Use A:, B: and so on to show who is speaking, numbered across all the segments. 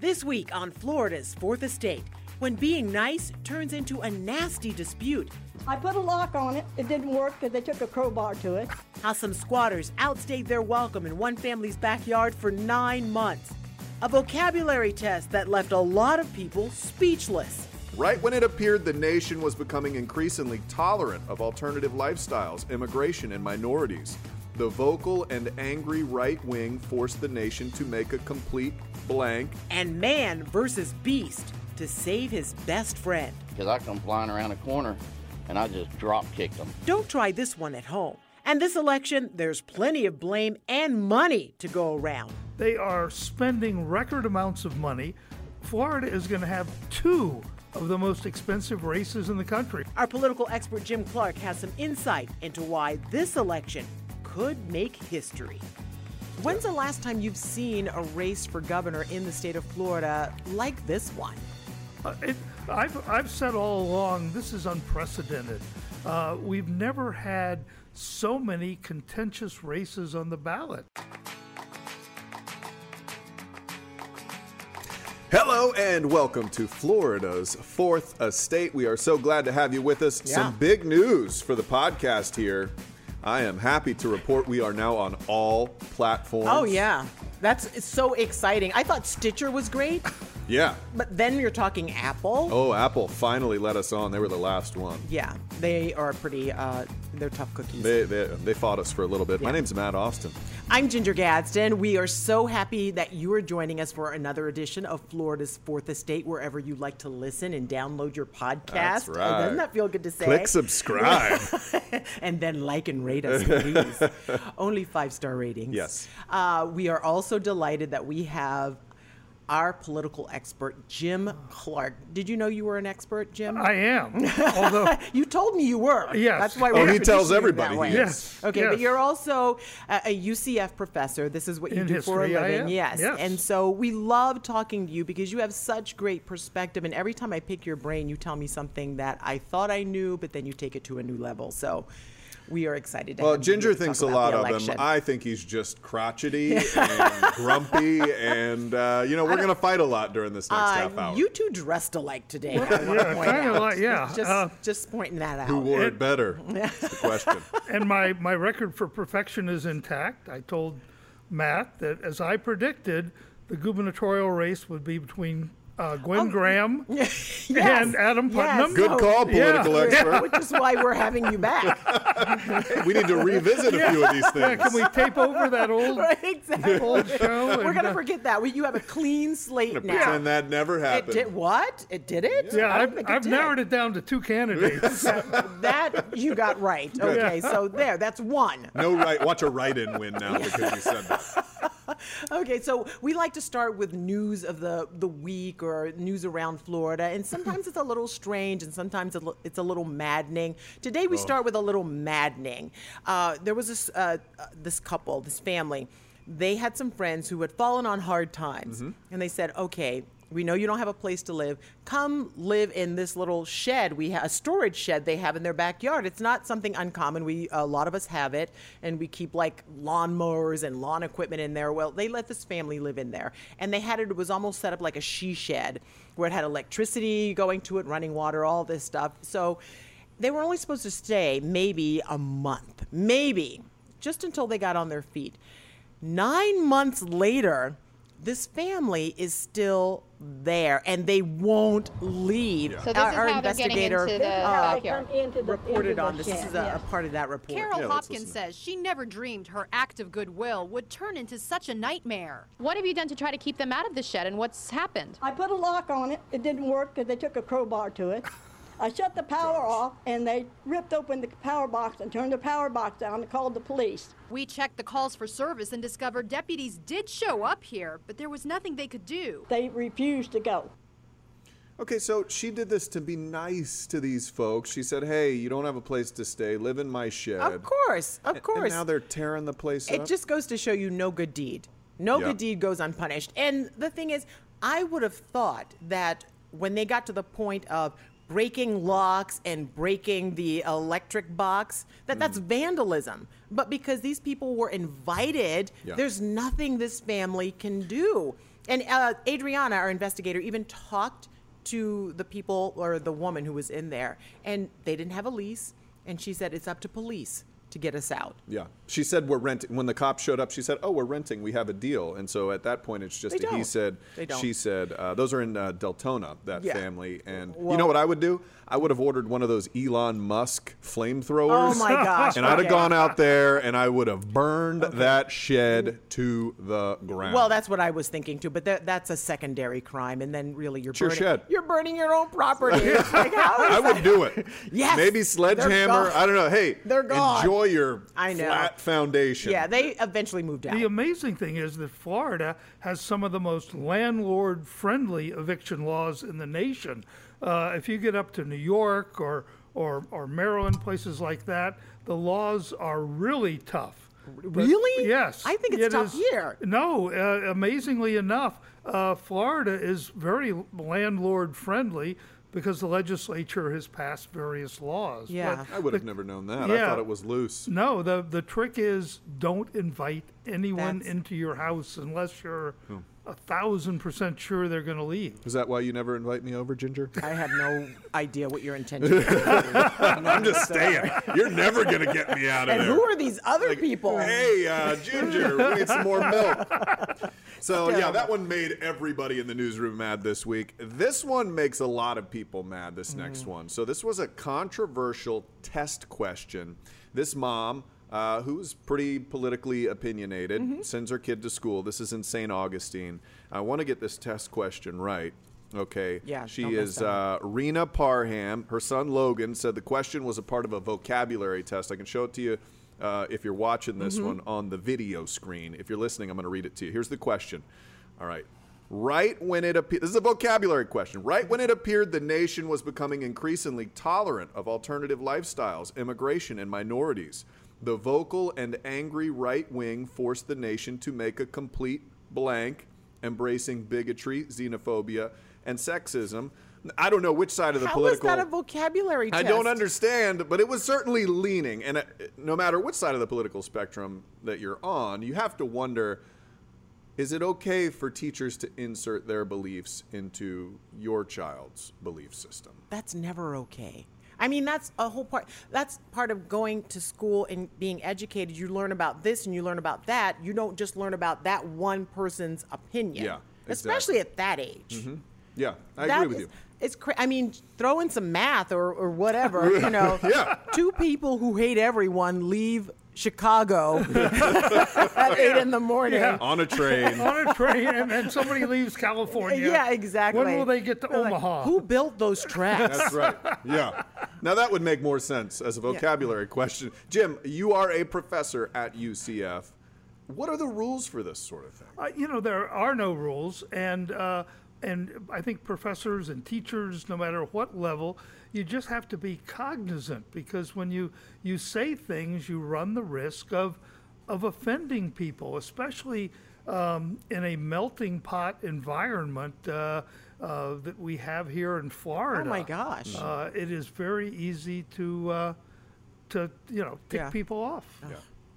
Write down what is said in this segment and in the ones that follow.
A: This week on Florida's Fourth Estate, when being nice turns into a nasty dispute,
B: I put a lock on it. It didn't work because they took a crowbar to it.
A: how some squatters outstayed their welcome in one family's backyard for nine months, a vocabulary test that left a lot of people speechless.
C: Right when it appeared the nation was becoming increasingly tolerant of alternative lifestyles, immigration, and minorities, the vocal and angry right wing forced the nation to make a complete blank.
A: And man versus beast to save his best friend.
D: because I come flying around a corner and I just drop kicked them.
A: Don't try this one at home. And this election, there's plenty of blame and money to go around.
E: They are spending record amounts of money. Florida is going to have two of the most expensive races in the country.
A: Our political expert Jim Clark has some insight into why this election could make history. When's the last time you've seen a race for governor in the state of Florida like this one?
E: Uh, it, I've, I've said all along this is unprecedented. Uh, we've never had so many contentious races on the ballot.
C: Hello and welcome to Florida's Fourth Estate. We are so glad to have you with us.
A: Yeah.
C: Some big news for the podcast here. I am happy to report we are now on all platforms.
A: Oh, yeah. That's it's so exciting. I thought Stitcher was great,
C: Yeah.
A: but then you're talking Apple.
C: Oh, Apple finally let us on. They were the last one.
A: Yeah, they are pretty, uh, they're tough cookies.
C: They, they, they fought us for a little bit. My name's Matt Austin.
A: I'm Ginger Gadsden. We are so happy that you are joining us for another edition of Florida's Fourth Estate, wherever you like to listen and download your podcast. Oh,
C: That's right.
A: Doesn't that feel good to say?
C: Click subscribe.
A: and then like and rate us, please. Only five star ratings.
C: Yes.
A: Uh, we are also delighted that we have our political expert, Jim Clark. Did you know you were an expert, Jim?
E: I am. Although,
A: you told me you were.
E: Yes.
A: That's why
E: Oh,
A: we're
C: he
A: introducing
C: tells
A: you
C: everybody
A: that
C: he
A: way.
C: is.
E: Yes.
A: Okay,
E: Yes.
A: but you're also a, a UCF professor. This is what you
E: In
A: do for a
E: history, I
A: living.
E: am.
A: Yes.
E: Yes.
A: And so we love talking to you because you have such great perspective. And every time I pick your brain, you tell me something that I thought I knew, but then you take it to a new level. So we are excited. To
C: Well,
A: have you
C: Ginger
A: here to
C: thinks a
A: talk
C: lot
A: about
C: of
A: the
C: him.
A: election.
C: I think he's just crotchety and grumpy, and uh, you know we're going to fight a lot during this next half
A: Uh,
C: hour.
A: you two dressed alike today. I wanna
E: yeah,
A: point
E: kinda
A: out.
E: like- yeah,
A: Just,
E: uh,
A: just pointing that out.
C: Who wore it better? That's the question.
E: and my, my record for perfection is intact. I told Matt that, as I predicted, the gubernatorial race would be between uh, Gwen Graham
A: yes.
E: and Adam Putnam.
C: Good
A: No.
C: call, political
E: Yeah.
C: expert.
A: Which is why we're having you back.
C: We need to revisit a few of these
E: Yeah,
C: things.
E: can we tape over that old,
A: Right, exactly.
E: old show?
A: We're
E: and,
A: gonna
E: uh,
A: forget that. We, you have a clean slate now.
C: Pretend that never
A: It
C: happened.
A: did what? It did it?
E: Yeah,
A: I don't
E: I've,
A: think it
E: I've
A: did.
E: narrowed it down to two candidates.
A: That you got right. Okay, so there, that's one.
C: No right. Watch a write-in win now because you said that.
A: Okay, so we like to start with news of the the week or news around Florida, and sometimes it's a little strange, and sometimes it lo- it's a little maddening. Today
C: Oh.
A: we start with a little maddening. Uh, there was this uh, uh, this couple, this family. They had some friends who had fallen on hard times, and they said, "Okay, we know you don't have a place to live. Come live in this little shed. We have a storage shed they have in their backyard. It's not something uncommon. We a lot of us have it, and we keep like lawnmowers and lawn equipment in there. Well, they let this family live in there, and they had it. It was almost set up like a she shed, where it had electricity going to it, running water, all this stuff. So they were only supposed to stay maybe a month, maybe just until they got on their feet. Nine months later, this family is still there and they won't leave. uh,
F: So this is how they're getting into the
B: How they
F: backyard.
B: come into the, into
A: reported
B: the
A: on this. This
B: shed,
A: is a,
B: yes.
A: a part of that report.
G: Carol
C: let's
G: Hopkins
C: listen.
G: says she never dreamed her act of goodwill would turn into such a nightmare.
F: What have you done to try to keep them out of the shed and what's happened?
B: I put a lock on it. It didn't work because they took a crowbar to it. I shut the power off and they ripped open the power box and turned the power box down and called the police.
G: We checked the calls for service and discovered deputies did show up here, but there was nothing they could do.
B: They refused to go.
C: Okay, so she did this to be nice to these folks. She said, "Hey, you don't have a place to stay. Live in my shed."
A: Of course, of
C: And-
A: course.
C: And now they're tearing the place
A: It
C: up.
A: just goes to show you no good deed. No
C: Yeah.
A: good deed goes unpunished. And the thing is, I would have thought that when they got to the point of breaking locks and breaking the electric box, that
C: Hmm.
A: that's vandalism. But because these people were invited,
C: Yeah.
A: there's nothing this family can do. And uh, Adriana, our investigator, even talked to the people or the woman who was in there, and they didn't have a lease. And she said, it's up to police to get us out.
C: Yeah. She said we're renting. When the cop showed up, she said, "Oh, we're renting. We have a deal." And so at that point, it's just
A: They
C: a he
A: don't.
C: said,
A: They don't.
C: she said. Uh, those are in uh, Deltona, that
A: Yeah.
C: family. And you know
A: Well-
C: what I would do? I would have ordered one of those Elon Musk
A: Oh
C: flamethrowers.
A: my gosh.
C: And I'd have
A: okay.
C: gone out there and I would have burned that shed to the ground.
A: Well, that's what I was thinking too, but that, that's a secondary crime, and then really you're
C: your
A: burning
C: shed.
A: you're burning your own property. It's like, how is
C: I would
A: that-
C: do it.
A: Yes.
C: Maybe
A: They're
C: sledgehammer.
A: gone.
C: I don't know. Hey,
A: They're gone.
C: enjoy your
A: I know.
C: flat foundation.
A: Yeah, they eventually moved out.
E: The amazing thing is that Florida has some of the most landlord friendly eviction laws in the nation. Uh, if you get up to New York or, or, or Maryland, places like that, the laws are really tough. But-
A: Really?
E: yes.
A: I think it's
E: it
A: tough here.
E: No, uh, amazingly enough, uh, Florida is very landlord friendly because the legislature has passed various laws.
A: Yeah.
E: But
C: I would have never known that. I
E: Yeah.
C: thought it was loose.
E: no, the the trick is don't invite anyone
A: That's-
E: into your house unless you're a thousand percent sure they're going to leave.
C: Is that why you never invite me over, Ginger?
A: I have no idea what your intention is. I'm
C: You're never going to get me out
A: And who are these other people?
C: Hey, uh, Ginger, we need some more milk. So, yeah, that one made everybody in the newsroom mad this week. This one makes a lot of people mad, this
A: Mm.
C: next one. So, this was a controversial test question. This mom, uh, who's pretty politically opinionated,
A: Mm-hmm.
C: sends her kid to school. This is in St. Augustine. I want to get this test question right. Okay.
A: Yeah, don't
C: She
A: mess
C: is
A: that up.
C: uh, Rena Parham. Her son Logan said the question was a part of a vocabulary test. I can show it to you uh, if you're watching
A: Mm-hmm.
C: this one on the video screen. If you're listening, I'm going to read it to you. Here's the question. All right. Right when it appeared, this is a vocabulary question. Right when it appeared the nation was becoming increasingly tolerant of alternative lifestyles, immigration, and minorities, the vocal and angry right wing forced the nation to make a complete blank embracing bigotry, xenophobia, and sexism. I don't know which side of the
A: How is
C: political.
A: that a vocabulary
C: I
A: test?
C: don't understand, but it was certainly leaning. And uh, no matter which side of the political spectrum that you're on, you have to wonder is it okay for teachers to insert their beliefs into your child's belief system?
A: That's never okay. I mean, that's a whole part. That's part of going to school and being educated. You learn about this and you learn about that. You don't just learn about that one person's opinion.
C: Yeah,
A: Especially at that age.
C: Yeah, I
A: That
C: agree with
A: is-
C: you.
A: It's cra- I mean, throw in some math or, or whatever, you know.
C: Yeah.
A: Two people who hate everyone leave Chicago at eight in the morning.
E: Yeah.
C: On a
A: Oh,
C: train.
E: On a train, and, and somebody leaves California.
A: Yeah, exactly.
E: When will they get to
A: They're like,
E: Omaha?
A: Who built those tracks?
C: That's right. Yeah. Now that would make more sense as a vocabulary question. Jim, you are a professor at UCF. What are the rules for this sort of thing?
E: Uh, you know, there are no rules, and uh, and I think professors and teachers, no matter what level, you just have to be cognizant because when you you say things, you run the risk of of offending people, especially um, in a melting pot environment uh, uh, that we have here in Florida.
A: Oh, my gosh.
E: Uh, it is very easy to uh, to you know tick
A: Yeah.
E: people off.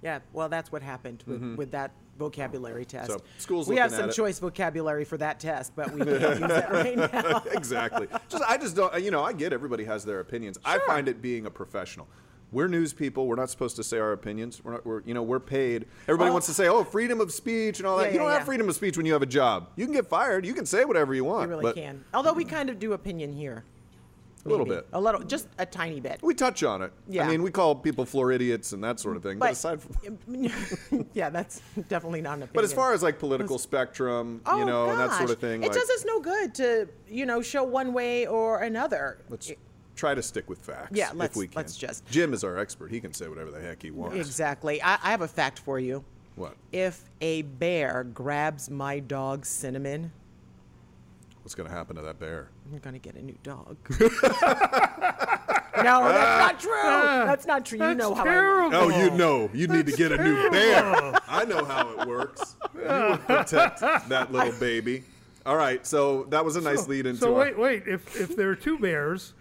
A: yeah, well, that's what happened with, with that vocabulary test.
C: Mm-hmm. So, school's
A: we have
C: looking
A: some
C: at it.
A: choice vocabulary for that test, but we can't use that right now.
C: exactly. Just I just don't you know, I get everybody has their opinions. I find it being a professional. We're news people. We're not supposed to say our opinions. We're, not, we're you know we're paid. Everybody
A: Oh.
C: wants to say, oh, freedom of speech and all that.
A: Yeah,
C: you
A: yeah,
C: don't have
A: yeah.
C: freedom of speech when you have a job. You can get fired. You can say whatever you want.
A: We really
C: but
A: can. Although we kind of do opinion here.
C: A little
A: Maybe.
C: bit.
A: A little, just a tiny bit.
C: We touch on it. I
A: Yeah.
C: mean, we call people floridiots and that sort of thing. But,
A: But-
C: aside from,
A: yeah, that's definitely not an opinion.
C: But as far as like political spectrum,
A: oh,
C: you know, and that sort
A: gosh.
C: of thing,
A: it
C: like,
A: does us no good to you know show one way or another. E,
C: let's try to stick with facts.
A: Yeah,
C: if
A: let's-
C: we can.
A: let's just-
C: Jim is our expert. He can say whatever the heck he wants.
A: Exactly. I, I have a fact for you.
C: What?
A: If a bear grabs my dog Cinnamon,
C: What's going to happen to that bear?
A: I'm gonna get a new dog. no, that's not true. That's not true. You
E: That's
A: know how I.
E: terrible.
C: Oh, you know, you need to get a new bear. I know how it works. You would protect that little baby. All right, so that was a nice lead into.
E: So
C: our-
E: wait, wait. If if there are two bears,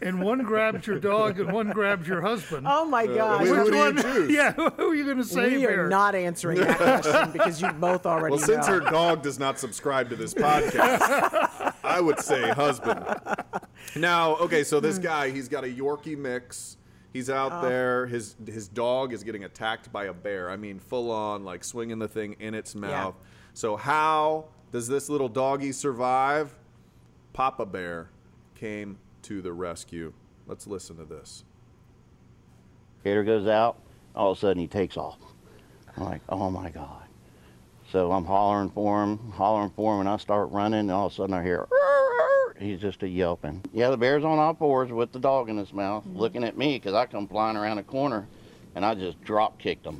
E: and one grabs your dog and one grabs your husband,
A: Oh my
C: Uh,
A: gosh.
C: who
A: Which
C: do you
A: one-
C: choose?
E: yeah, who are you going to say?
A: we
E: bear?
A: are not answering that question because you both already
C: Well, since
A: know.
C: her dog does not subscribe to this podcast, I would say husband. Now, okay, so
A: Hmm.
C: this guy, he's got a Yorkie mix. He's out
A: Oh.
C: there. His his dog is getting attacked by a bear. I mean, full on, like swinging the thing in its mouth. So how does this little doggy survive? Papa Bear came to the rescue. Let's listen to this.
D: Gator goes out, all of a sudden he takes off. I'm like, oh my God. So I'm hollering for him, hollering for him, and I start running, and all of a sudden I hear, "Roar, roar." he's just a yelping. Yeah, the bear's on all fours with the dog in his mouth, looking at me, 'cause I come flying around a corner, and I just drop kicked him.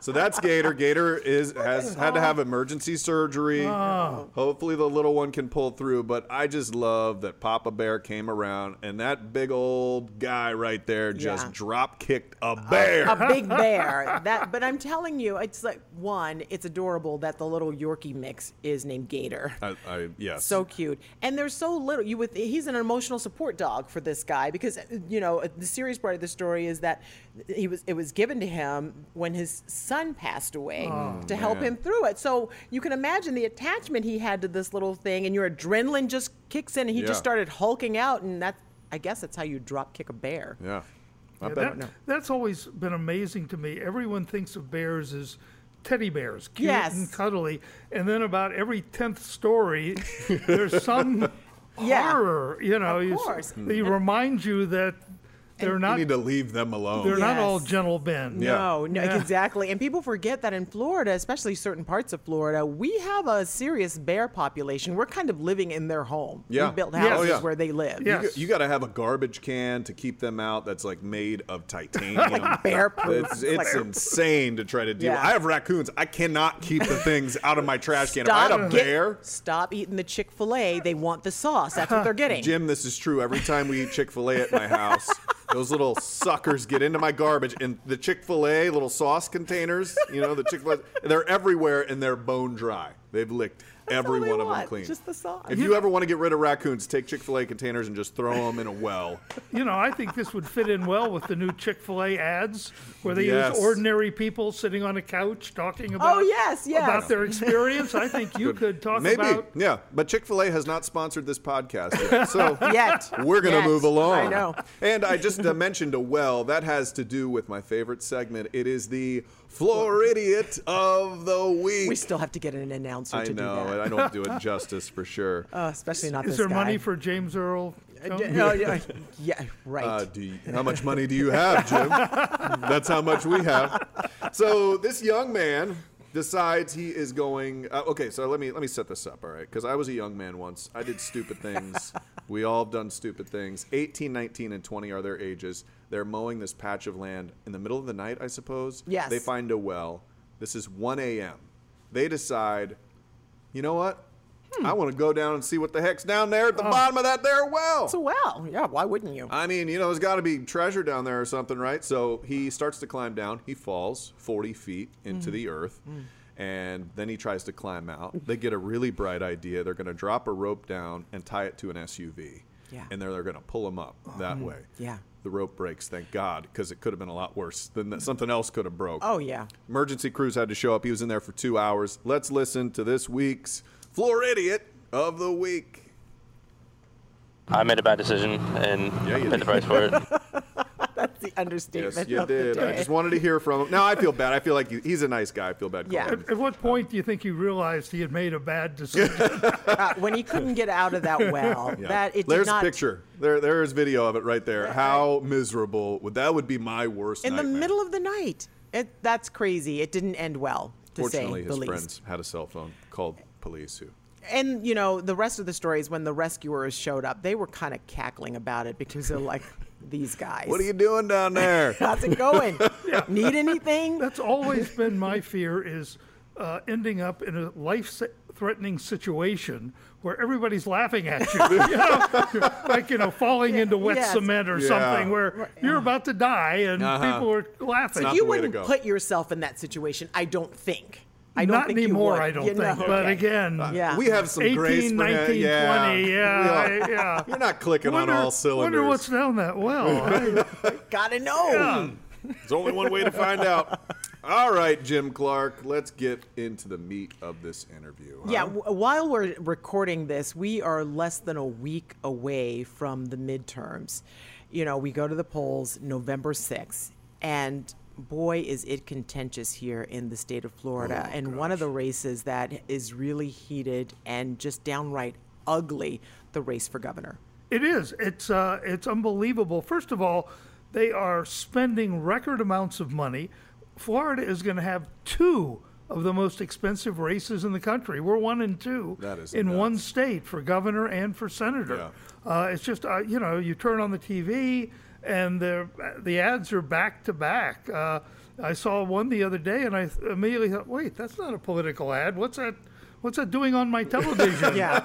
C: So that's Gator. Gator is has had to have emergency surgery. Hopefully the little one can pull through, but I just love that Papa Bear came around and that big old guy right there just
A: Yeah.
C: drop kicked a bear.
A: a big bear. That, but I'm telling you, it's like one, it's adorable that the little Yorkie mix is named Gator.
C: I, I, yes.
A: So cute, and there's so little. You would he's an emotional support dog for this guy because you know the serious part of the story is that he was it was given to him when his son passed away to help
C: Oh, man.
A: him through it. So you can imagine the attachment he had to this little thing, and your adrenaline just kicks in, and he
C: Yeah.
A: just started hulking out, and that I guess that's how you drop kick a bear.
C: yeah. I
E: Yeah,
C: bet.
E: that- that's always been amazing to me. Everyone thinks of bears as teddy bears, cute
A: Yes.
E: and cuddly, and then about every tenth story, there's some
A: Yeah.
E: horror. You know, you,
A: course. Mm.
E: they remind you that they're
C: You
E: not
C: need to leave them alone.
E: they're not all
A: Yes.
E: gentle men.
C: Yeah.
A: No, no, exactly. And people forget that in Florida, especially certain parts of Florida, we have a serious bear population. We're kind of living in their home.
C: Yeah.
A: We built
C: Yeah.
E: Oh,
A: houses
C: yeah.
A: where they live.
E: Yeah.
C: You, you got to have a garbage can to keep them out. That's like made of titanium. like
A: bear-proof.
C: It's, it's
A: Like-
C: insane to try to deal.
A: Yeah.
C: I have raccoons. I cannot keep the things out of my trash can. if I had a
A: get-
C: bear,
A: stop eating the Chick fil A. They want the sauce. That's what they're getting.
C: Jim, this is true. Every time we eat Chick fil A at my house, those little suckers get into my garbage and the Chick fil A little sauce containers, you know, the Chick fil A, they're everywhere and they're bone dry. They've licked every
A: all they
C: one of them
A: want,
C: clean.
A: just the sauce.
C: If you ever want to get rid of raccoons, take Chick fil A containers and just throw them in a well.
E: You know, I think this would fit in well with the new Chick Fil A ads, where they
C: Yes.
E: use ordinary people sitting on a couch talking about
A: Oh, yes, yes.
E: about their experience. I think you could talk
C: Maybe.
E: about
C: yeah. But Chick fil A has not sponsored this podcast yet. So
A: Yet.
C: we're going to
A: Yet.
C: move along.
A: I know.
C: And I just uh, mentioned a well. That has to do with my favorite segment. It is the Floridiot of the Week.
A: We still have to get an announcer
C: I
A: to do
C: know,
A: that.
C: and I don't do it justice for sure.
A: Uh, especially not
E: is
A: this
E: there
A: guy.
E: money for James Earl?
A: Uh,
E: Jones?
A: d- no, yeah, yeah, right.
C: Uh, do you- how much money do you have, Jim? That's how much we have. So this young man decides he is going. Uh, okay, so let me let me set this up, all right? Because I was a young man once. I did stupid things. we all have done stupid things. 18, 19, and 20 are their ages. They're mowing this patch of land in the middle of the night, I suppose.
A: Yes.
C: They find a well. This is 1 a.m. They decide, you know what?
A: Hmm.
C: I want to go down and see what the heck's down there at the bottom of that there well.
A: Oh. so, well, yeah, why wouldn't you?
C: I mean, you know, there's got to be treasure down there or something, right? So he starts to climb down. He falls 40 feet into
A: Mm.
C: the earth. And then he tries to climb out. They get a really bright idea. They're going to drop a rope down and tie it to an SUV.
A: Yeah. Oh, mm.
C: And they're, they're going to pull him up that way.
A: Yeah.
C: The rope breaks, thank God, because it could have been a lot worse than that. Something else could have broke.
A: oh, yeah.
C: Emergency crews had to show up. He was in there for two hours. Let's listen to this week's Floridiot of the Week.
H: I made a bad decision and
C: Yeah, you
H: paid the
C: did.
H: price for it.
A: That's the understatement.
C: Yes, you
A: of the
C: did. I
A: day.
C: just wanted to hear from him. Now I feel bad. I feel like he, he's a nice guy. I feel bad.
A: Yeah.
C: calling him.
E: At, at what point do you think he realized he had made a bad decision?
A: Uh, when he couldn't get out of that well,
C: Yeah.
A: that it
C: There's
A: did not
C: a picture. There, there is video of it right there. How miserable would that would be? My worst.
A: in the
C: nightmare.
A: middle of the night. It, that's crazy. It didn't end well, to say
C: Fortunately,
A: the
C: his
A: least.
C: friends had a cell phone. Called police. Who?
A: And you know, the rest of the story is when the rescuers showed up, they were kind of cackling about it because they're like, "These guys,
C: What are you doing down there?
A: How's it going? Need anything?
E: That's always been my fear is uh, ending up in a life-threatening situation where everybody's laughing at you, you know, like you know, falling into wet
A: Yes.
E: cement or
C: Yeah. Uh-huh.
E: something where you're about to die and people are laughing.
A: But
C: not the
A: you
C: way to
A: wouldn't
C: go.
A: put yourself in that situation, I don't think. I don't
E: Not
A: think
E: anymore,
A: you would.
E: I don't
A: You know,
E: think. But
A: okay.
E: again,
A: Yeah.
C: We have some
E: 18,
C: grace. for that.
E: 19,
C: yeah.
E: 20, yeah,
C: We
E: I- yeah.
C: You're not clicking
E: wonder,
C: on all cylinders.
E: wonder what's down that well. I-
A: gotta know.
C: There's only one way to find out. All right, Jim Clark, let's get into the meat of this interview. huh?
A: Yeah, w- while we're recording this, we are less than a week away from the midterms. You know, we go to the polls November 6th, and boy, is it contentious here in the state of Florida. and one of the races that is really heated and just downright ugly the race for governor.
E: It is. It's uh, it's unbelievable. First of all, they are spending record amounts of money. Florida is going to have two of the most expensive races in the country. We're one and two
C: That is
E: in one
C: nuts.
E: state for governor and for senator. Uh, it's just uh, you know you turn on the TV and the the ads are back to back. Uh, I saw one the other day and I th- immediately thought, wait, that's not a political ad. What's that? What's that doing on my television?
A: Yeah.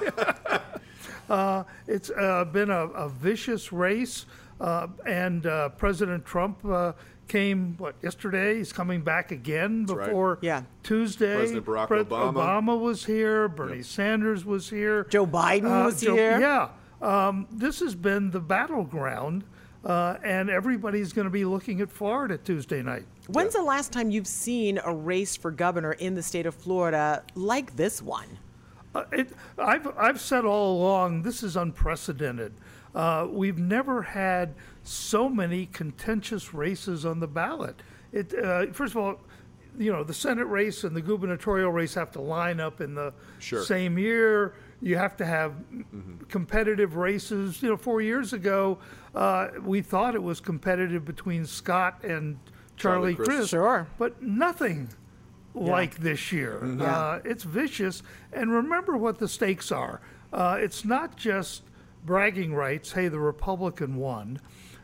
E: Uh, it's uh, been a, a vicious race, uh, and uh, President Trump uh, came what yesterday. He's coming back again
C: right.
E: before
A: Yeah.
E: Tuesday.
C: President Barack Obama.
E: Obama was here. Bernie Sanders was here.
A: Joe Biden
E: Uh,
A: was
E: Joe-
A: here.
E: Yeah. Um, this has been the battleground, uh, and everybody's going to be looking at Florida Tuesday night.
A: When's the last time you've seen a race for governor in the state of Florida like this one?
E: Uh, it, I've, I've said all along, this is unprecedented. Uh, we've never had so many contentious races on the ballot. It, uh, first of all, you know, the Senate race and the gubernatorial race have to line up in the
C: Sure. Mm-hmm.
E: same year. You have to have competitive races. You know, four years ago, uh, we thought it was competitive between Scott and
C: Charlie
E: Charlie,
C: Crist.
E: Crist.
A: Sure.
E: But nothing like this year. Uh, it's vicious. And remember what the stakes are. Uh, it's not just bragging rights, hey, the Republican won.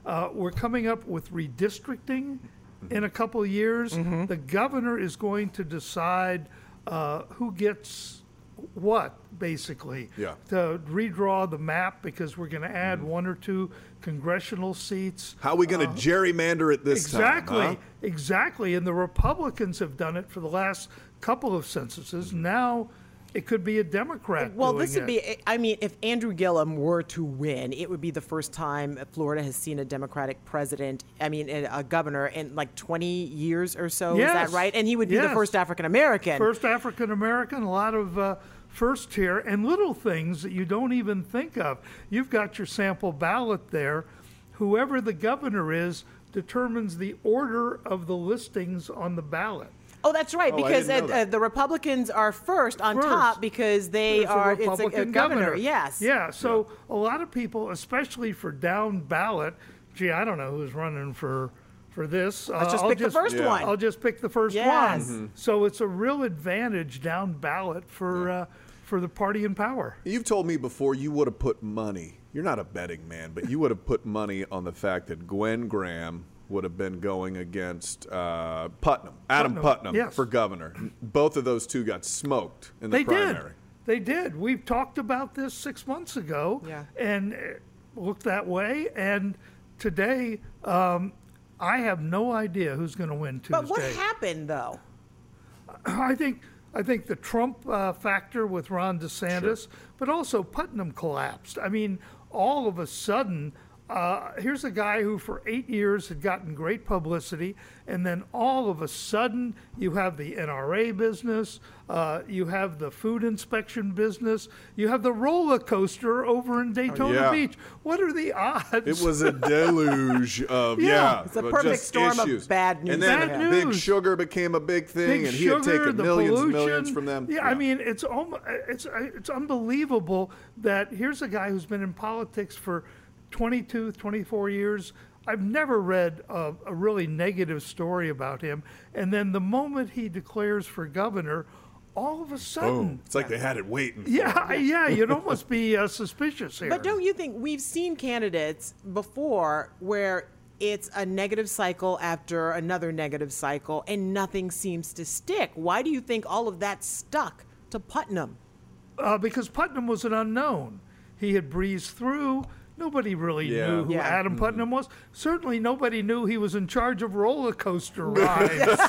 E: Uh, we're coming up with redistricting in a couple of years. The governor is going to decide uh, who gets what, basically.
C: Yeah.
E: To redraw the map because we're going to add one or two congressional seats.
C: How are we going to gerrymander it this
E: Uh-huh. Exactly,
C: time? huh?
E: exactly. And the Republicans have done it for the last couple of censuses. Now it could be a Democrat.
A: Well,
E: doing
A: this would
E: it.
A: be, eh, I mean, if Andrew Gillum were to win, it would be the first time Florida has seen a Democratic president, I mean, eh, a a governor in like 20 years or so. Is
E: Yes.
A: that right? And he would be the
E: Yes.
A: first African American.
E: first African American, a lot of uh, first tier, and little things that you don't even think of. You've got your sample ballot there. Whoever the governor is determines the order of the listings on the ballot.
A: Oh, that's right,
C: Oh, I
A: because uh,
C: didn't know
A: uh,
C: that.
A: the Republicans are first on
E: First.
A: top because they
E: There's
A: are
E: a Republican
A: it's a, a governor. Yes.
E: Yeah. So a lot of people, especially for down ballot, gee, I don't know who's running for for this. Uh,
A: just
E: I'll
A: pick the first
C: Yeah. one.
E: I'll just pick the first
A: Yes.
E: one. So it's a real advantage down ballot for uh, for the party in power.
C: You've told me before you would have put money. You're not a betting man, but you would have put money on the fact that Gwen Graham would have been going against uh, Putnam, Adam Putnam,
E: yes.
C: for governor. Both of those two got smoked in the
E: They
C: primary.
E: did. They did. We talked about this six months ago,
A: Yeah.
E: and it looked that way. And today, um, I have no idea who's going to win Tuesday.
A: But what happened, though?
E: I think I think the Trump uh, factor with Ron DeSantis, but also Putnam collapsed. I mean, all of a sudden, uh, here's a guy who for eight years had gotten great publicity, and then all of a sudden, you have the NRA business, uh, you have the food inspection business, you have the roller coaster over in Daytona
C: Oh, Yeah.
E: Beach. What are the odds?
C: It was a deluge of yeah,
E: Yeah.
A: It's a
C: but
A: perfect
C: just
A: storm of
C: issues.
A: bad news.
C: And then
E: Bad
C: Big
E: news.
C: Sugar became a big thing,
E: Big
C: and he
E: sugar,
C: had taken
E: the
C: millions,
E: pollution.
C: and millions from them.
E: Yeah, I mean, it's almost, it's it's unbelievable that here's a guy who's been in politics for 22, 24 years. I've never read a, a really negative story about him. And then the moment he declares for governor, all of a sudden,
C: it's like they had it waiting.
E: yeah, yeah, you'd almost be uh, suspicious here.
A: But don't you think we've seen candidates before where it's a negative cycle after another negative cycle and nothing seems to stick? Why do you think all of that stuck to Putnam?
E: uh, because Putnam was an unknown. He had breezed through. Nobody really
C: Yeah. Mm-hmm.
E: knew who
A: Yeah.
E: Adam Putnam was. Certainly, nobody knew he was in charge of roller coaster rides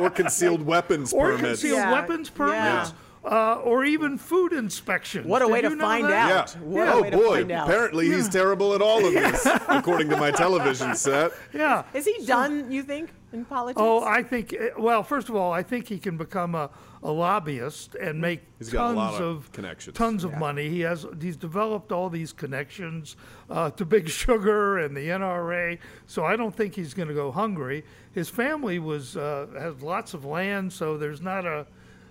C: or concealed weapons
E: or
C: permits.
E: concealed
A: Yeah.
E: weapons permits. Uh, or even food inspections.
A: What a
E: Did
A: way
E: you
A: to
E: know
A: find
E: that?
C: Yeah.
A: out. What a
C: oh
A: way to
C: boy.
A: find out.
C: Apparently he's terrible at all of this, according to my television set.
E: Yeah.
A: Is he done, you think, in politics?
E: Oh, I think. uh, Well, first of all, I think he can become a, a lobbyist and make
C: He's got a
E: tons
C: lot of
E: of,
C: connections.
E: tons of money. He has. He's developed all these connections uh, to Big Sugar and the NRA. So I don't think he's going to go hungry. His family was uh, has lots of land, so there's not a.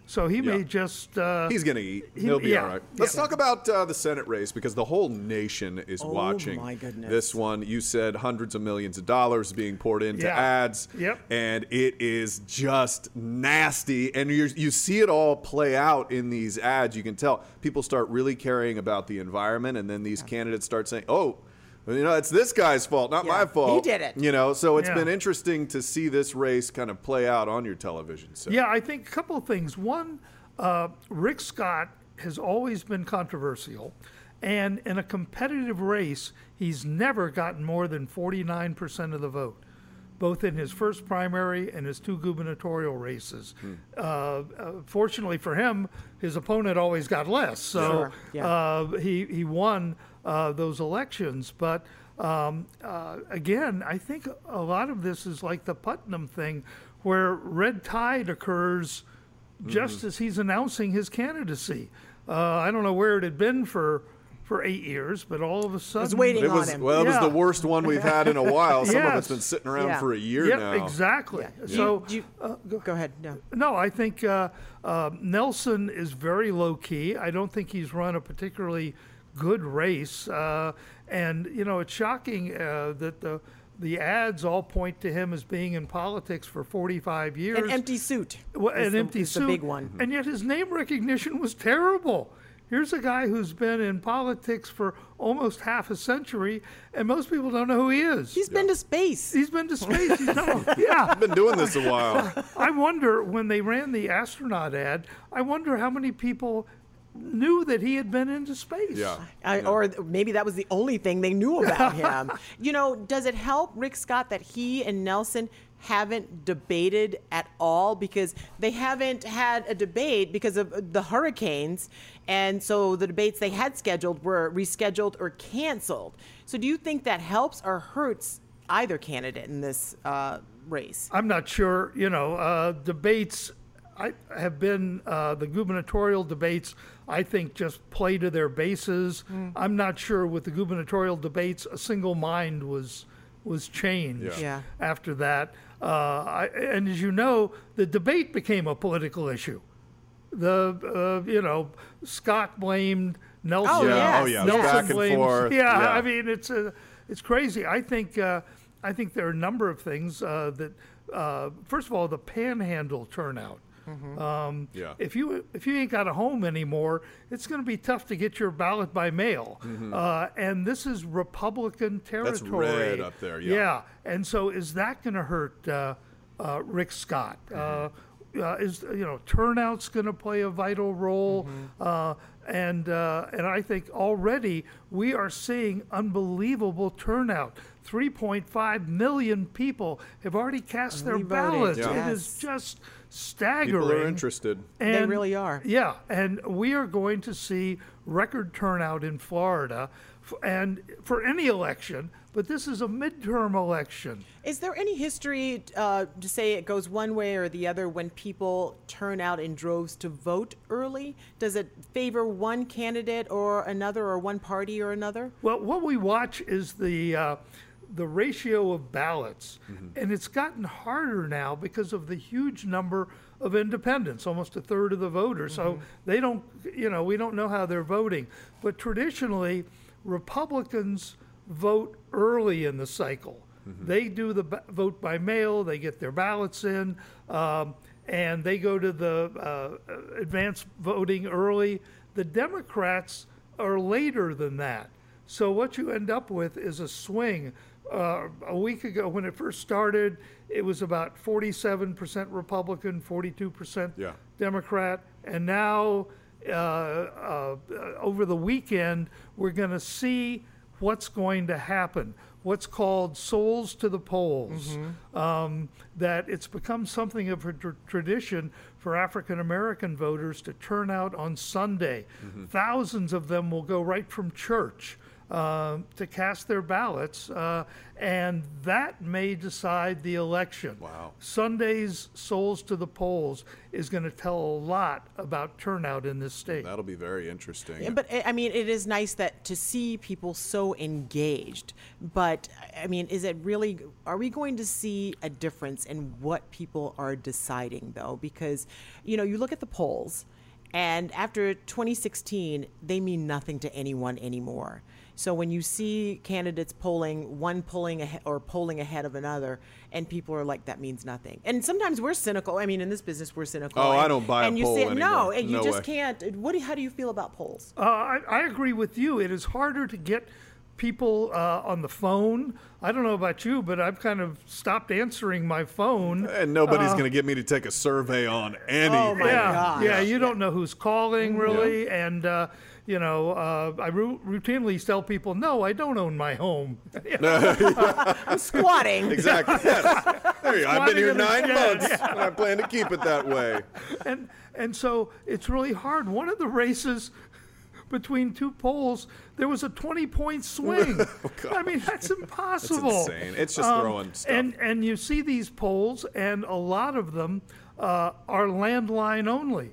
E: So he may
C: Yeah.
E: just. Uh,
C: He's gonna eat. He'll be
E: yeah,
C: all right. Let's
E: yeah.
C: talk about uh, the Senate race because the whole nation is watching.
A: my goodness.
C: This one, you said hundreds of millions of dollars being poured into
E: Yeah.
C: ads.
E: Yep.
C: And it is just nasty, and you you see it all play out in these ads. You can tell people start really caring about the environment, and then these candidates start saying, "Oh." You know, it's this guy's fault, not
A: Yeah.
C: my
A: He
C: fault.
A: did it.
C: You know, so it's
E: Yeah.
C: been interesting to see this race kind of play out on your television set.
E: Yeah, I think a couple of things. One, uh, Rick Scott has always been controversial, and in a competitive race, he's never gotten more than 49% of the vote, both in his first primary and his two gubernatorial races. Uh, uh, fortunately for him, his opponent always got less, so
A: Sure, yeah.
E: uh, he he won uh, those elections, but. Um, uh, again, I think a lot of this is like the Putnam thing, where red tide occurs just
C: Mm-hmm.
E: as he's announcing his candidacy. Uh, I don't know where it had been for for eight years, but all of a sudden,
A: waiting
C: It
A: on
C: was
A: him.
C: well. It was
E: Yeah.
C: the worst one we've had in a while. Some of
E: Yes.
C: it's been sitting around
A: Yeah.
C: for a year
E: Yep,
C: now.
E: exactly.
A: Do you-
E: So uh,
A: do you- go ahead. No.
E: No, I think uh, uh, Nelson is very low key. I don't think he's run a particularly good race, uh, and you know it's shocking uh, that the the ads all point to him as being in politics for 45 years.
A: An empty suit.
E: Well,
A: is
E: an
A: the-
E: empty
A: is
E: suit. Mm-hmm.
A: the big one.
E: And yet his name recognition was terrible. Here's a guy who's been in politics for almost half a century, and most people don't know who he is.
A: He's been to space.
E: he's been to space. He's not, yeah.
C: Been doing this a while.
E: I wonder when they ran the astronaut ad, I wonder how many people knew that he had been into space.
C: Yeah.
A: I, Or th- maybe that was the only thing they knew about him. you know, does it help Rick Scott that he and Nelson haven't debated at all because they haven't had a debate because of uh, the hurricanes? And so the debates they had scheduled were rescheduled or canceled. So do you think that helps or hurts either candidate in this uh, race?
E: I'm not sure. You know, uh, debates I have been uh, the gubernatorial debates. I think just play to their bases.
A: Mm.
E: I'm not sure with the gubernatorial debates, a single mind was was changed
A: Yeah.
C: Yeah.
E: after that. Uh, I, and as you know, the debate became a political issue. The uh, you know Scott blamed Nelson.
A: Oh, Yeah, oh, yes, yeah, it was
E: Nelson
A: back
C: and
E: blames-
C: forth,
E: Yeah,
C: yeah.
E: I mean. I mean, it's uh, it's crazy. I think uh, I think there are a number of things uh, that. Uh, first of all, the panhandle turnout. Um,
C: Yeah.
E: If you if you ain't got a home anymore, it's going to be tough to get your ballot by mail. Uh, and this is Republican territory.
C: Mm-hmm. red up there, yeah.
E: And so, is that going to hurt uh, uh, Rick Scott? Uh, uh, is you know turnout's going to play a vital role, uh, and uh, and I think already we are seeing unbelievable turnout. 3.5 million people have already cast their
A: Early voting,
E: ballots.
A: Yeah.
E: It is
A: yes.
E: just staggering.
C: People are interested.
A: They really are.
E: Yeah, and we are going to see record turnout in Florida, f- and for any election, but this is a midterm election.
A: Is there any history uh, to say it goes one way or the other when people turn out in droves to vote early? Does it favor one candidate or another, or one party or another?
E: Well, what we watch is the uh, the ratio of ballots, and it's gotten harder now because of the huge number of independents, almost a third of the voters. So they don't, you know, we don't know how they're voting. But traditionally, Republicans vote early in the cycle. They do the ba- vote by mail. They get their ballots in, um, and they go to the uh, uh, advance voting early. The Democrats are later than that. So what you end up with is a swing. Uh, a week ago, when it first started, it was about 47% Republican, 42%
C: Yeah.
E: Democrat, and now uh, uh, uh, over the weekend, we're going to see what's going to happen. What's called souls to the polls. Um, that it's become something of a tr- tradition for African American voters to turn out on Sunday. Thousands of them will go right from church um, to cast their ballots, uh, and that may decide the election.
C: Wow.
E: Sunday's Souls to the Polls is going to tell a lot about turnout in this state.
C: That'll be very interesting.
A: Yeah, But eh, I- I mean, it is nice that to see people so engaged. But I mean, is it really? Are we going to see a difference in what people are deciding, though? Because you know, you look at the polls, and after 2016, they mean nothing to anyone anymore. So when you see candidates polling one polling ahe- or polling ahead of another, and people are like, "That means nothing," and sometimes we're cynical. I mean, in this business, we're cynical.
C: Oh, I
A: and-
C: don't buy a
A: and you
C: poll
A: see it, No,
C: anymore.
A: and you
C: No
A: just
C: way.
A: can't can't. What? do- How do you feel about polls?
E: Uh, I, I agree with you. It is harder to get people uh, on the phone. I don't know about you, but I've kind of stopped answering my phone.
C: and nobody's going to get me to take a survey on anything.
A: Uh. Oh, my
E: yeah,
A: gosh.
E: yeah. You don't know who's calling really, and uh, you know, uh, I ru- routinely tell people, no, I don't own my home. Yeah,
A: Squatting.
C: Exactly. Yes. There you go. I've been
E: Squatting
C: here
E: in the
C: nine
E: shed,
C: months, and I plan to keep it that way.
E: and and so it's really hard. One of the races between two polls, there was a 20 point swing. I mean, that's impossible.
C: Oh,
E: Um,
C: insane. It's just throwing stuff.
E: And and you see these polls, and a lot of them uh, are landline only.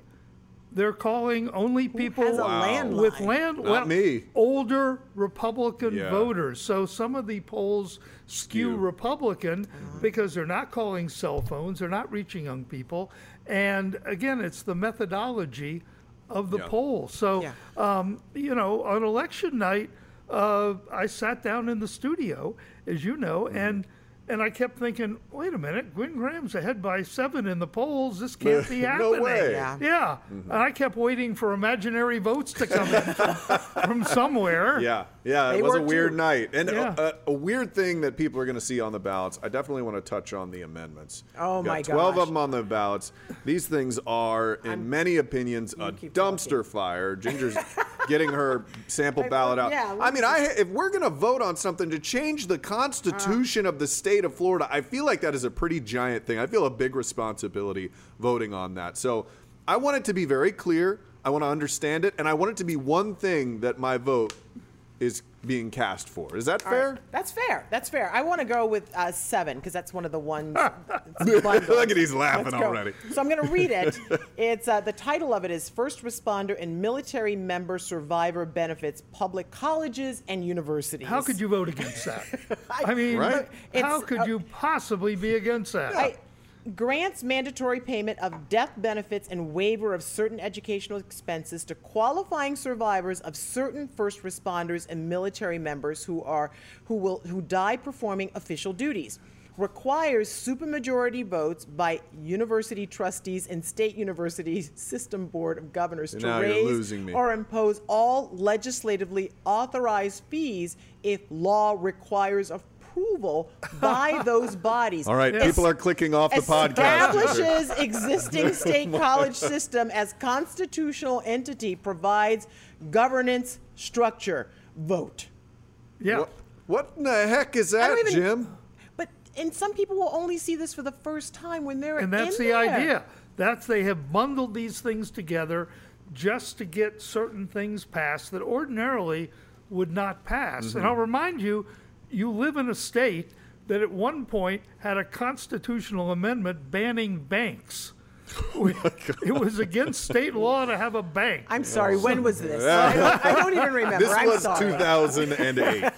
E: They're calling only people
A: has a Wow. landline?
E: with land well,
C: me.
E: older Republican
C: Yeah.
E: voters. So some of the polls skew
C: Skew.
E: Republican
C: Mm-hmm.
E: because they're not calling cell phones, they're not reaching young people, and again, it's the methodology of the
C: Yeah.
E: poll. So
A: Yeah.
E: um, you know, on election night, uh, I sat down in the studio, as you know,
C: Mm-hmm.
E: and and I kept thinking, wait a minute, Gwen Graham's ahead by seven in the polls. This can't be
C: No
E: happening.
C: way. Mm-hmm.
A: Yeah.
E: Yeah. And I kept waiting for imaginary votes to come in from, from somewhere.
C: Yeah, yeah,
A: They
C: it was a
A: were
C: weird
A: too.
C: night, and a-
E: Yeah.
C: a, a weird thing that people are going to see on the ballots. I definitely want to touch on the amendments.
A: Oh
C: We've
A: my
C: got Twelve
A: gosh.
C: of them on the ballots. These things are, in many opinions, a
A: keep
C: dumpster fire. Ginger's getting her sample ballot out.
B: yeah,
C: I mean, I if we're going to vote on something to change the Constitution of the state of Florida, I feel like that is a pretty giant thing. I feel a big responsibility voting on that. So I want it to be very clear. I want to understand it, and I want it to be one thing that my vote is being cast for. Is that fair?
A: That's fair. That's fair. I want to go with uh, seven because that's one of the ones. it's bundled.
C: Look at he's laughing
A: Let's go.
C: already.
A: So I'm going to read it. it's uh, the title of it is First Responder and Military Member Survivor Benefits Public Colleges and Universities.
E: How could you vote against that? I mean,
C: Right?
E: how
A: It's-
E: could you possibly be against that?
A: I, grants mandatory payment of death benefits and waiver of certain educational expenses to qualifying survivors of certain first responders and military members who are who will who die performing official duties requires supermajority votes by university trustees and state university system board of governors to
C: Now you're
A: raise
C: losing me.
A: or impose all legislatively authorized fees if law requires approval by those bodies
C: All right, people are clicking off the podcast.
A: Establishes existing state college system as constitutional entity provides governance structure. Vote.
E: yeah.
C: What, what in the heck is that,
A: don't even-
C: Jim?
A: But and some people will only see this for the first time when they're
E: and that's
A: in
E: the
A: there.
E: idea. That's they have bundled these things together just to get certain things passed that ordinarily would not pass. And I'll remind you, you live in a state that at one point had a constitutional amendment banning banks. it was against state law to have a bank.
A: I'm sorry. When was this? I, don't, I don't even remember.
C: This
A: I'm
C: was
A: sorry.
C: 2008.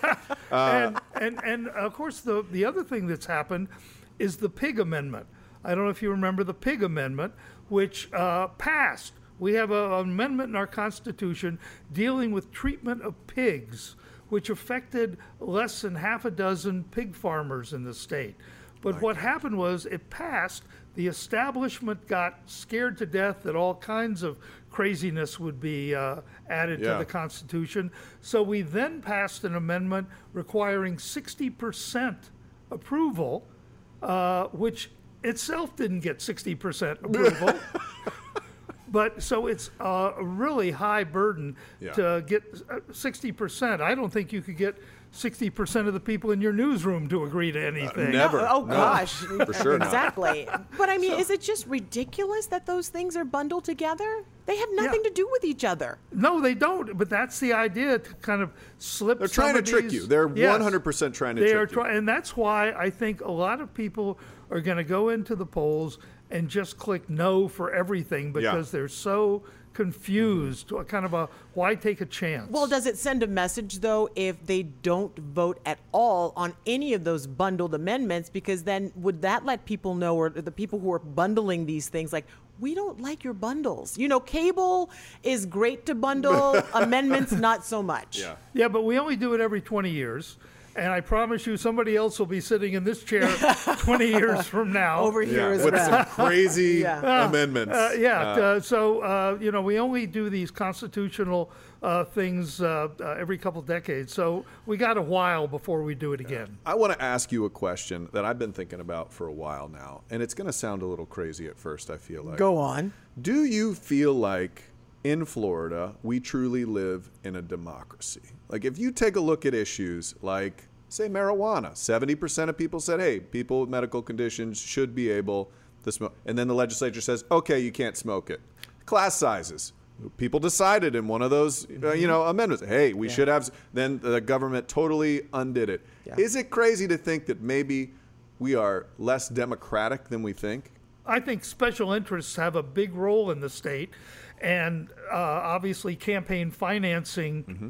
E: and, and and uh, of course the the other thing that's happened is the pig amendment. I don't know if you remember the pig amendment, which uh, passed. We have a, an amendment in our constitution dealing with treatment of pigs, which affected less than half a dozen pig farmers in the state. But what happened was it passed. The establishment got scared to death that all kinds of craziness would be uh, added
C: Yeah.
E: to the Constitution. So we then passed an amendment requiring 60% approval, uh, which itself didn't get 60% approval. But so it's uh, a really high burden
C: Yeah.
E: to get uh, sixty percent. I don't think you could get sixty percent of the people in your newsroom to agree to anything.
C: Uh, never.
A: Oh, oh
C: No,
A: gosh.
C: for sure not.
A: Exactly. But I mean, is it just ridiculous that those things are bundled together? They have nothing to do with each other.
E: No, they don't. But that's the idea to kind of slip.
C: They're trying
E: some
C: to
E: of
C: trick
E: these-
C: you. They're
E: Yes.
C: 100% trying to
E: They
C: trick
E: are
C: you.
E: trying, and that's why I think a lot of people are going to go into the polls and just click no for everything because they're so confused. uh, Kind of a why take a chance?
A: Well, does it send a message, though, if they don't vote at all on any of those bundled amendments? Because then would that let people know, or the people who are bundling these things, like, we don't like your bundles? You know, cable is great to bundle, amendments, not so much.
C: Yeah.
E: Yeah, but we only do it every 20 years. And I promise you, somebody else will be sitting in this chair 20 years from now.
A: Over here as
C: With
A: well.
C: some crazy
A: Yeah.
C: amendments.
E: Uh, yeah. uh, so uh, you know, we only do these constitutional uh, things uh, uh, every couple decades. So we got a while before we do it again.
C: I want to ask you a question that I've been thinking about for a while now, and it's going to sound a little crazy at first, I feel like.
A: Go on.
C: Do you feel like in Florida we truly live in a democracy? Like, if you take a look at issues like, say, marijuana, 70% of people said, hey, people with medical conditions should be able to smoke. And then the legislature says, okay, you can't smoke it. Class sizes. People decided in one of those, uh, you know, amendments. Hey, we should have. s-" Then the government totally undid it. Is it crazy to think that maybe we are less democratic than we think?
E: I think special interests have a big role in the state, and uh, obviously campaign financing
C: Mm-hmm.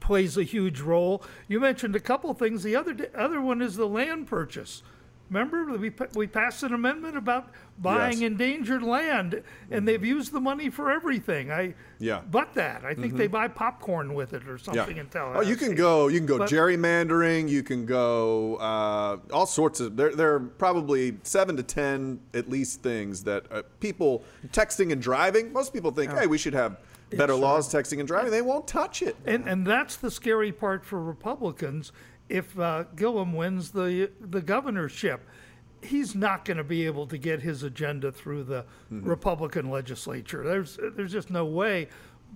E: plays a huge role. You mentioned a couple things. The other d- other one is the land purchase. Remember, we, pa- we passed an amendment about buying
C: Yes. Mm-hmm.
E: endangered land, and they've used the money for everything. I
C: Yeah. Mm-hmm.
E: but that I think they buy popcorn with it or
C: Yeah.
E: something in
C: Oh, you can
E: Tallahassee.
C: go. You can go
E: But-
C: gerrymandering. You can go uh, all sorts of. There, there are probably seven to ten at least things that uh, people texting and driving. Most people think, hey, we should have better laws texting and driving. They won't touch it.
E: And, and that's the scary part for Republicans. If uh, Gillum wins the the governorship, he's not going to be able to get his agenda through the
C: Mm-hmm.
E: Republican legislature. There's there's just no way.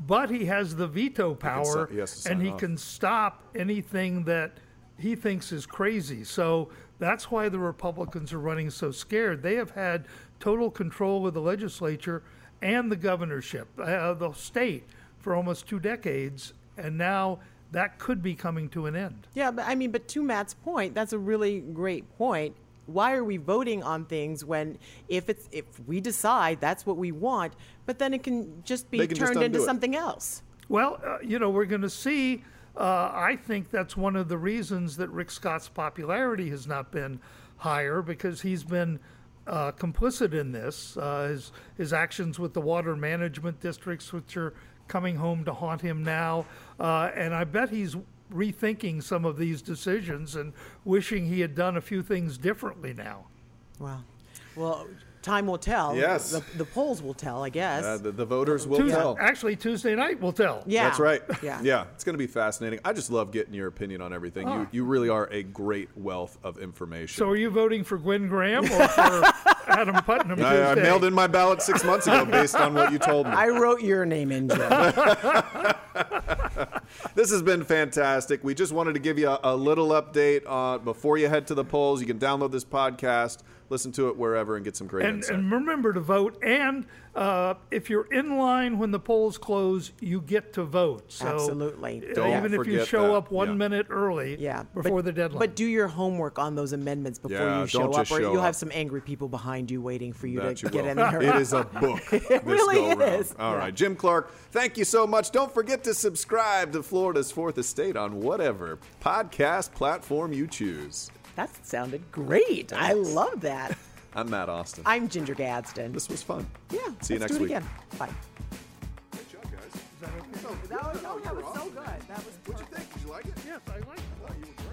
E: But he has the veto
C: si-
E: power,
C: he has to
E: and
C: sign
E: he
C: off.
E: can stop anything that he thinks is crazy. So that's why the Republicans are running so scared. They have had total control of the legislature and the governorship, uh, the state, for almost two decades, and now that could be coming to an end.
A: Yeah, but I mean, but to Matt's point, that's a really great point. Why are we voting on things when if it's if we decide that's what we want, but then it can just be
C: They can just
A: turned into
C: undo it.
A: something else?
E: Well, uh, you know, we're going to see. Uh, I think that's one of the reasons that Rick Scott's popularity has not been higher because he's been uh, complicit in this. Uh, his his actions with the water management districts, which are coming home to haunt him now, uh, and I bet he's rethinking some of these decisions and wishing he had done a few things differently now.
A: Wow. Well, time will tell.
C: Yes.
A: The, the polls will tell, I guess.
C: Uh, the, the voters will
E: Tuesday,
C: tell.
E: actually, Tuesday night will tell.
A: yeah.
C: That's right.
A: Yeah.
C: Yeah. It's going to be fascinating. I just love getting your opinion on everything. You, you really are a great wealth of information.
E: Oh. So, are you voting for Gwen Graham or for Adam Putnam? Tuesday?
C: I, I mailed in my ballot six months ago based on what you told me.
A: I wrote your name in, Joe.
C: This has been fantastic. We just wanted to give you a, a little update uh, before you head to the polls. You can download this podcast, listen to it wherever, and get some great
E: and,
C: insight.
E: and remember to vote. And uh, if you're in line when the polls close, you get to vote. So
A: Absolutely.
E: uh,
C: Don't
E: even if you
C: forget
E: show
C: that.
E: up one
C: Yeah.
E: minute early
A: Yeah. but-
E: before the deadline.
A: But do your homework on those amendments before
C: Yeah,
A: you show
C: don't
A: up,
C: just
A: or
C: show
A: you'll
C: up.
A: have some angry people behind you waiting for you
C: That
A: to
C: you
A: get
C: will.
A: in there.
C: It is a book. It
A: really is.
C: All
A: Yeah.
C: right, Jim Clark, thank you so much. Don't forget to subscribe to Florida's Fourth Estate on whatever podcast platform you choose.
A: That sounded great. I love that.
C: I'm Matt Austin.
A: I'm Ginger Gadsden.
C: this was fun.
A: Yeah.
C: See you
A: let's
C: next
A: do it
C: week.
A: Again. Bye.
C: Good job, guys. Is that okay?
A: That was- oh, that was so good. That was
C: What'd you think? Did you like it?
E: yes, I like that.
C: Oh, you were great.